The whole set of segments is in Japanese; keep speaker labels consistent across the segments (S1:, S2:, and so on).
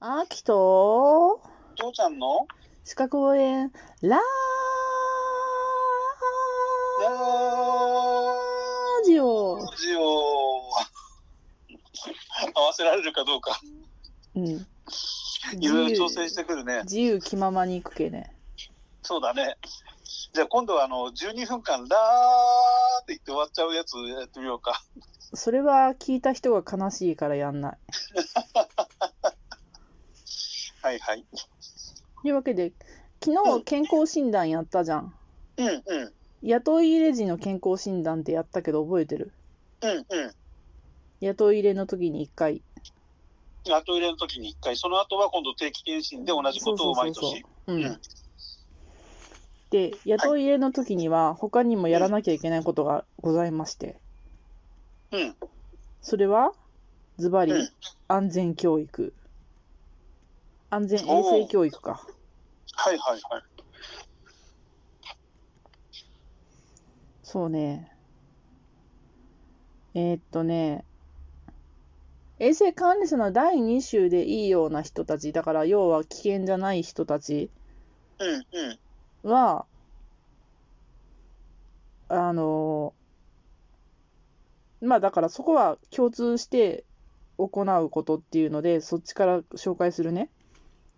S1: あきと、
S2: 父ちゃんの
S1: 四角応援、ラジオ。
S2: ジオ 合わせられるかどうか、
S1: うん。
S2: いろいろ調整してくるね。
S1: 自由気ままに行くけね。
S2: そうだね。じゃあ今度はあの12分間、ラーって言って終わっちゃうやつやってみようか。
S1: それは聞いた人が悲しいからやんない。
S2: はいはい。
S1: というわけで、昨日健康診断やったじゃん。
S2: うんうん。
S1: 雇い入れ時の健康診断ってやったけど覚えてる
S2: うんうん。
S1: 雇い入れの時に一回。
S2: 後入れの時に1回、その後は今度定期検診で同じことを毎年。
S1: そうそうそうそう。う
S2: うんん。
S1: で、雇い入れの時には他にもやらなきゃいけないことがございまして。
S2: うん。
S1: それはズバリ
S2: うん
S1: 安全教育。安全衛生教育か。
S2: はいはいはい。
S1: そうね。えーっとね、衛生管理者の第2週でいいような人たち、だから要は危険じゃない人たち
S2: うんうん。
S1: は、あの、まあだからそこは共通して行うことっていうので、そっちから紹介するね。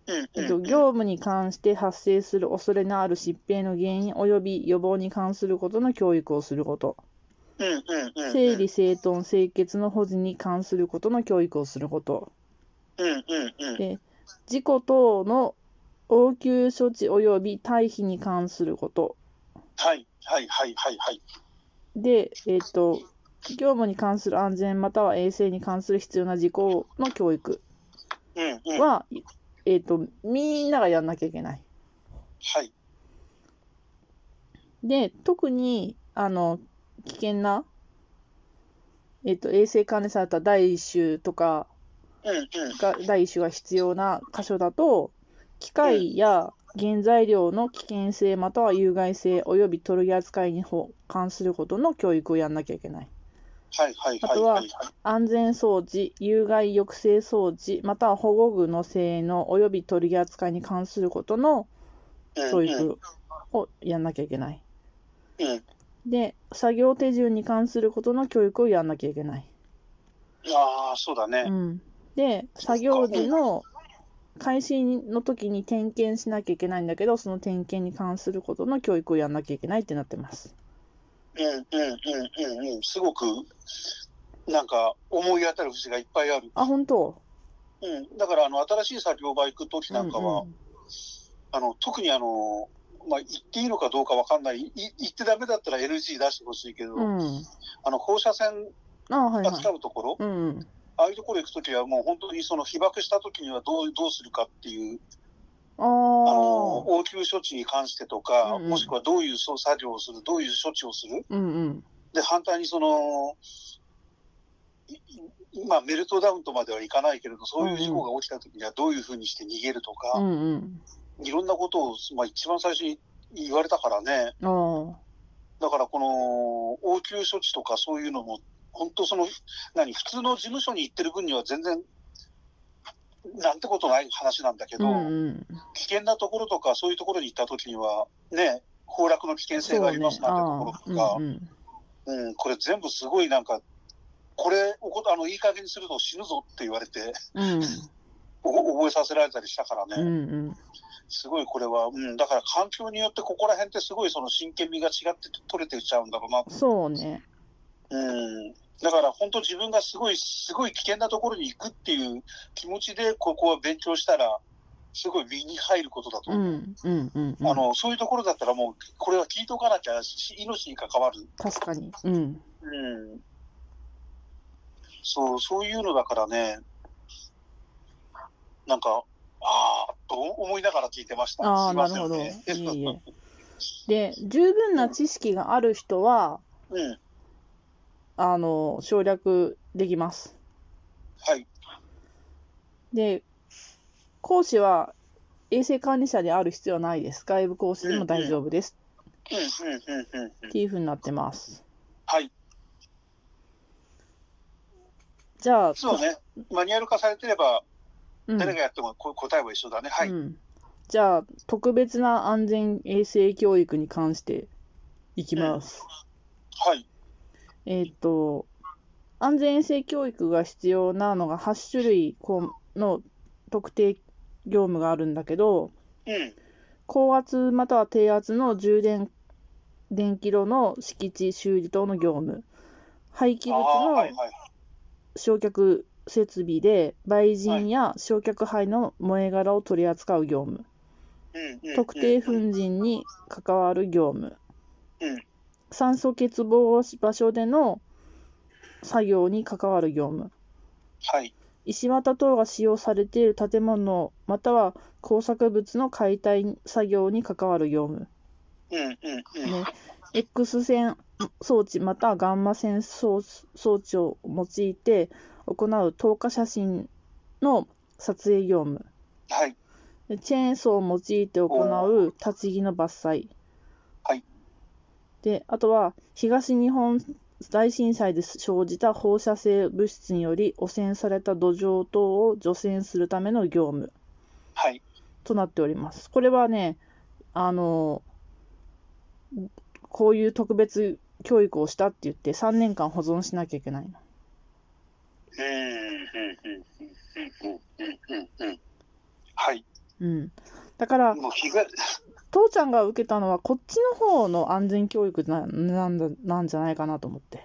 S2: うん
S1: えっ
S2: う
S1: と、
S2: ん。
S1: 業務に関して発生する恐れのある疾病の原因及び予防に関することの教育をすること、
S2: うんうんうん。
S1: 整理整頓、清潔の保持に関することの教育をすること、
S2: うんうんうん。
S1: で事故等の応急処置及び退避に関すること、
S2: はいはいはいはいはい。
S1: で、えっと、業務に関する安全または衛生に関する必要な事項の教育
S2: うんうん。は
S1: は、えっと、みんながやんなきゃいけない。
S2: い。
S1: で、特に、あの、危険な、えっと、衛生管理された第一種とか
S2: うんうん。
S1: が、第一種が必要な箇所だと、機械や原材料の危険性または有害性及び取り扱いに関することの教育をやんなきゃいけない。
S2: はいはい
S1: あ
S2: はい
S1: とは
S2: はい。
S1: 安全装置、有害抑制装置、または保護具の性能及び取り扱いに関することの教
S2: うんうん
S1: 育をやんなきゃいけない。
S2: うん。
S1: で、作業手順に関することの教育をやんなきゃいけない。
S2: ああ、そうだね。
S1: うん、で、作業時の開始の時に点検しなきゃいけないんだけど、その点検に関することの教育をやんなきゃいけないってなってます。
S2: うんうんうんうんうん。すごく、なんか思い当たる節がいっぱいある。
S1: あ、本当
S2: うん。だから、あの、新しい作業場行く時なんかは、
S1: うんうん
S2: あの、特にあの、まあ、言っていいのかどうかわかんない。い言ってダメだったら LG 出してほしいけど、
S1: うん。
S2: あの、放射線
S1: あ、はいは
S2: 扱
S1: い。
S2: うところ、
S1: うんうん。
S2: ああいうところ行くときはもう本当にその被爆したときにはどう、どうするかっていう、
S1: あ
S2: あ
S1: あ
S2: の、。応急処置に関してとか、
S1: うんうん
S2: もしくはどういうそう作業をする、どういう処置をする
S1: うんうん。
S2: で、反対にその、いいまあ、メルトダウンとまではいかないけれど、そういう事故が起きたときにはどういうふうにして逃げると
S1: う
S2: か、
S1: んうん。
S2: いろんなことを、まあ、一番最初に言われたからね、
S1: ああ。
S2: だからこの応急処置とかそういうのも、本当その、何、普通の事務所に行ってる分には全然、なんてことない話なんだけ
S1: う
S2: ど、
S1: んうん。
S2: 危険なところとか、そういうところに行ったときには、ね、崩落の危険性がありますなんてところとか
S1: ああ、うんうん。
S2: うん、これ全部すごいなんか、これ、おこあのいい加減にすると死ぬぞって言われて、
S1: うん
S2: お覚えさせられたりしたから
S1: う
S2: ね、
S1: んうん。
S2: すごいこれは、うん、だから環境によってここら辺ってすごいその真剣味が違って取れてっちゃうんだろうな、
S1: そうね。
S2: うん、だから本当自分がすごい、すごい危険なところに行くっていう気持ちでここは勉強したら、すごい身に入ることだと
S1: う
S2: 思う。
S1: んうんうんうん。
S2: あのそういうところだったら、もうこれは聞いとかなきゃし命に関わる、
S1: 確かに。うん。
S2: うん、そうそういうのだからね、なんか、ああと思いながら聞いてました。
S1: ああ、
S2: すい
S1: な
S2: ま
S1: る
S2: せ
S1: ほ
S2: ん
S1: ど。い
S2: ね
S1: えいえ。で、十分な知識がある人は、
S2: うん、
S1: あの、省略できます。
S2: はい、
S1: で、講師は衛生管理者である必要はないです。外部講師でも大丈夫です。
S2: うんうんうんうんうん
S1: っていうふうになってます。
S2: はい、
S1: じゃあ、
S2: そうね、マニュアル化されてれば、
S1: うん
S2: 誰がやってもこ答えは一緒だね。はい。
S1: うん、じゃあ、特別な安全衛生教育に関していきます。
S2: はい。
S1: えーっと、安全衛生教育が必要なのが8種類こうの特定業務があるんだけど、
S2: うん。
S1: 高圧または低圧の充電電気炉の敷地修理等の業務、廃棄
S2: ああー、
S1: 物
S2: はい
S1: の
S2: はい。
S1: 焼却設備で、売人や焼却灰の燃え殻を取り扱う業務。
S2: うんうん、
S1: 特定粉塵に関わる業務、
S2: うん
S1: 酸素欠乏場所での作業に関わる業務
S2: はい。
S1: 石綿等が使用されている建物または工作物の解体作業に関わる業務、
S2: うんうんうん。
S1: ね、X 線装置またはガンマ線装装置を用いて行う透過写真の撮影業務
S2: はい。
S1: でチェーンソーを用いて行う立ち木の伐採。
S2: はい。
S1: で、あとは、東日本大震災で生じた放射性物質により汚染された土壌等を除染するための業務
S2: はい。
S1: となっております。これはね、あの、こういう特別教育をしたって言って3年間保存しなきゃいけないの。
S2: うんうんうんうんうんうんうんうん。はい。
S1: うん。だから、
S2: もう被害、
S1: 父ちゃんが受けたのはこっちの方の安全教育ななんだなんじゃないかなと思って。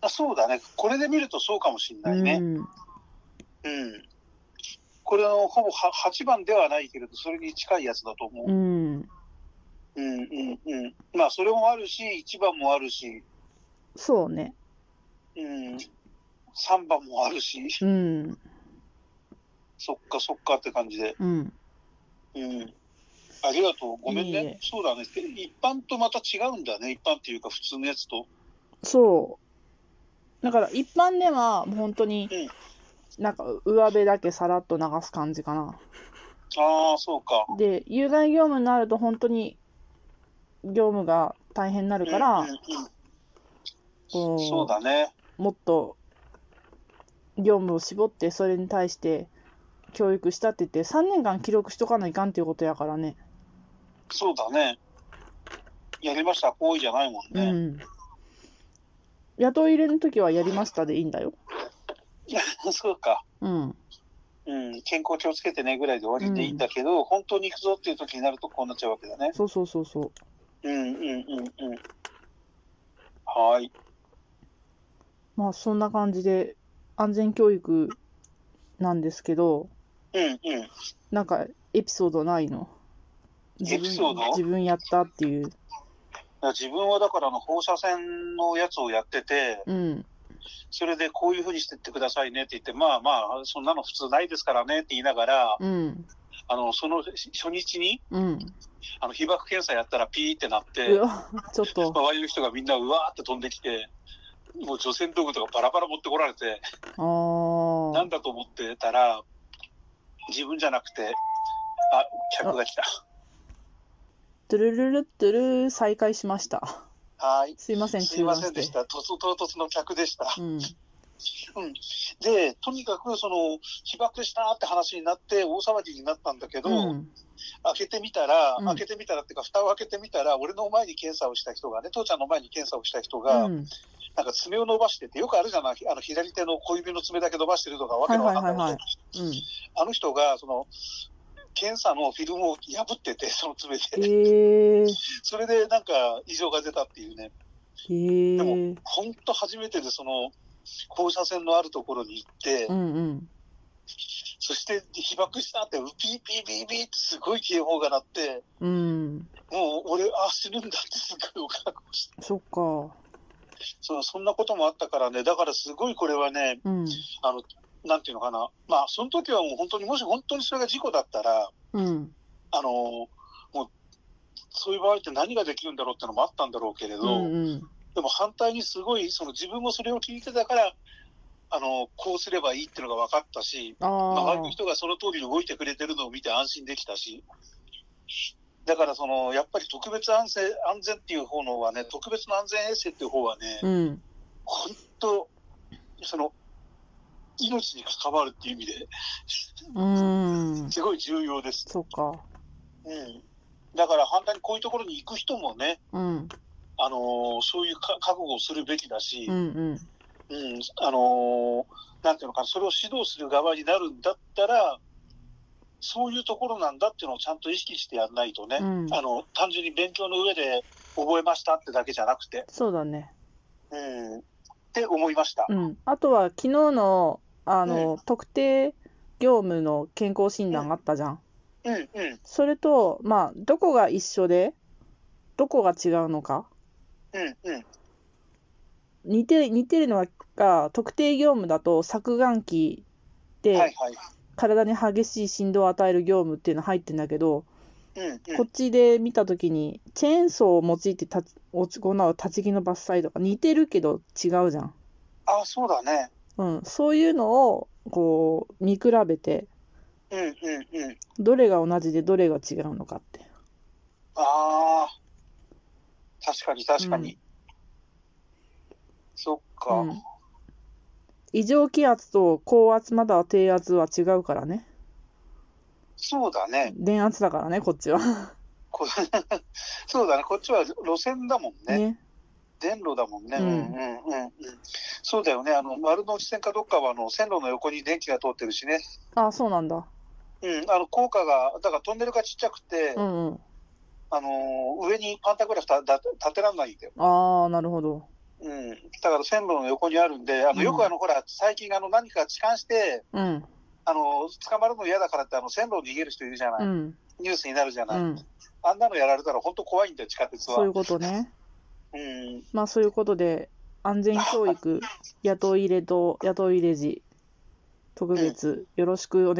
S2: あそうだね。これで見るとそうかもしれないね。
S1: うん、
S2: うん。これのほぼは8番ではないけれど、それに近いやつだと思う。
S1: うん、
S2: うんうんうん。まあ、それもあるし、1番もあるし、
S1: そうね。
S2: うん、3番もあるし、
S1: うん、
S2: そっかそっかって感じで。
S1: うん、
S2: うん。ありがとう。ごめん
S1: いいえ。
S2: ねそうだね。一般とまた違うんだね。一般っていうか、普通のやつと。
S1: そう。だから一般ではもう本当になんか上辺だけさらっと流す感じかな。
S2: ああ、そうか。
S1: で、有害業務になると本当に業務が大変になるか
S2: うん
S1: ら
S2: うん、うんそ
S1: こ
S2: うだね。
S1: うもっと業務を絞ってそれに対して教育したって言って3年間記録しとかないかんっていうことやからね。
S2: そうだね。やりました。行為じゃないもん
S1: う
S2: ね。
S1: ん。雇い入れの時はやりましたでいいんだよ。
S2: そうか。
S1: うん。
S2: うん、健康気をつけてねぐらいで終わりでいいんだけど、本当に行くぞっていう時になるとこうなっちゃうわけだね。
S1: そうそうそうそう。
S2: うんうんうんうん。はーい。
S1: まあそんな感じで安全教育なんですけど、
S2: うんうん。
S1: なんかエピソードないの自分
S2: エピソード
S1: 自分やったっていう。
S2: 自分はだからあの放射線のやつをやってて、
S1: うん。
S2: それでこういうふうにしてってくださいねって言って、まあまあ、そんなの普通ないですからねって言いながら、
S1: うん。
S2: あの、そのし初日に、
S1: うん。
S2: あの、被爆検査やったらピーってなっ
S1: う
S2: て、
S1: わ、ちょっと。
S2: 周りの人がみんなうわーって飛んできて、もう除染道具とかバラバラ持ってこられて、
S1: あ
S2: なんだと思ってたら、自分じゃなくて、あ、客が来た。
S1: ー。トゥルルルットゥルー再開しました。
S2: はーい。
S1: すいません、
S2: すいませんでし
S1: 中
S2: た。突唐突の客でした。
S1: 断して。
S2: で、とにかくその被爆したって話になって、大騒ぎになったんだけど、
S1: うん。うん。
S2: 開けてみたら、
S1: うん
S2: 開けてみたらっていうか、蓋を開けてみたら、俺の前に検査をした人がね、父ちゃんの前に検査をした人が、
S1: うん。
S2: なんか爪を伸ばしてて、よくあるじゃない、あの左手の小指の爪だけ伸ばしてるとか、わ
S1: は
S2: け
S1: い
S2: の
S1: は
S2: わ
S1: い
S2: かん
S1: は
S2: ないいこと、
S1: はい。うん。
S2: あの人がその検査のフィルムを破ってて、その爪で、
S1: えー。
S2: それでなんか異常が出たっていうね、
S1: えー。
S2: 本当初めてで、その放射線のあるところに行って、
S1: うんうん。
S2: そして被爆したって、ピーピーピーピーってすごい警報が鳴って、
S1: うん。
S2: もう俺、あ、死ぬんだってすごいお覚悟して
S1: そっか。
S2: そう、そんなこともあったからね、だからすごいこれはね、
S1: うん。
S2: あの、なんていうのかな、まあ、その時はもう本当に、もし本当にそれが事故だったら、
S1: うん。
S2: あの、もう、そういう場合って何ができるんだろうってのもあったんだろうけれど、
S1: うんうん。
S2: でも反対にすごい、その自分もそれを聞いてたから、あの、こうすればいいっていうのが分かったし、周り
S1: あ
S2: の人がその通りに動いてくれてるのを見て安心できたし、だからそのやっぱり特別安全安全っていう方のはね、特別な安全衛生っていう方はね
S1: あ。、うん。
S2: 本当、その命に関わるっていう意味で、
S1: うん
S2: すごい重要です。
S1: そうか。
S2: うん。だから反対にこういうところに行く人もね、
S1: うん。
S2: あのーそういうか覚悟をするべきだし、
S1: うんうん。
S2: うん、あのーなんていうのかな、それを指導する側になるんだったら、そういうところなんだっていうのをちゃんと意識してやんないとね、
S1: うん
S2: あの単純に勉強の上で覚えましたってだけじゃなくて、
S1: そうだね。
S2: うん、って思いました。
S1: うん。あとは、昨日の、あの、特定業務の健康診断があったじゃん。
S2: うん、うん、
S1: それと、まあ、どこが一緒で、どこが違うのか。
S2: うん、うん。
S1: 似て、似てるのは、が特定業務だと、削岩機
S2: はい
S1: で、
S2: はい。
S1: 体に激しい振動を与える業務っていうの入ってんだけど、
S2: うん、う ん。
S1: こっちで見たときに、チェーンソーを用いてたち行う立ち木の伐採とか、似てるけど違うじゃん。
S2: あ、そうだね。
S1: うん、そういうのを、こう、見比べて、
S2: うん、うん、うん。
S1: どれが同じでどれが違うのかって。
S2: ああ、確かに確かに。
S1: う
S2: そっか。
S1: うん。異常気圧と高圧または低圧は違うからね。
S2: そうだね。
S1: 電圧だからね、こっちは。
S2: こ そうだね、こっちは路線だもんね、
S1: ね。
S2: 電路だもんね、
S1: う
S2: うんんうんうんうん、そうだよね、あの丸の内線かどっかはあの線路の横に電気が通ってるしね、
S1: あ、そうなんだ。
S2: うん、あの高架が、だからトンネルがちっちゃくて、
S1: うんうん。
S2: あのー上にパンタグラフただ立てらんないんだよ、
S1: ああ、なるほど。
S2: うん、だから線路の横にあるんで、あ
S1: うん
S2: のよくあの、ほら、最近あの何か痴漢して、
S1: うん。
S2: あの捕まるの嫌だからってあの線路を逃げる人いるじゃな
S1: う
S2: い、
S1: ん。
S2: ニュースになるじゃ
S1: う
S2: ない、
S1: ん。
S2: あんなのやられたら本当怖いんだよ、地下鉄
S1: そうい
S2: は
S1: う。ことね。
S2: うん
S1: まあ、そういうことで、安全教育、雇い入れと、雇い入れ時、特別、よろしくお願い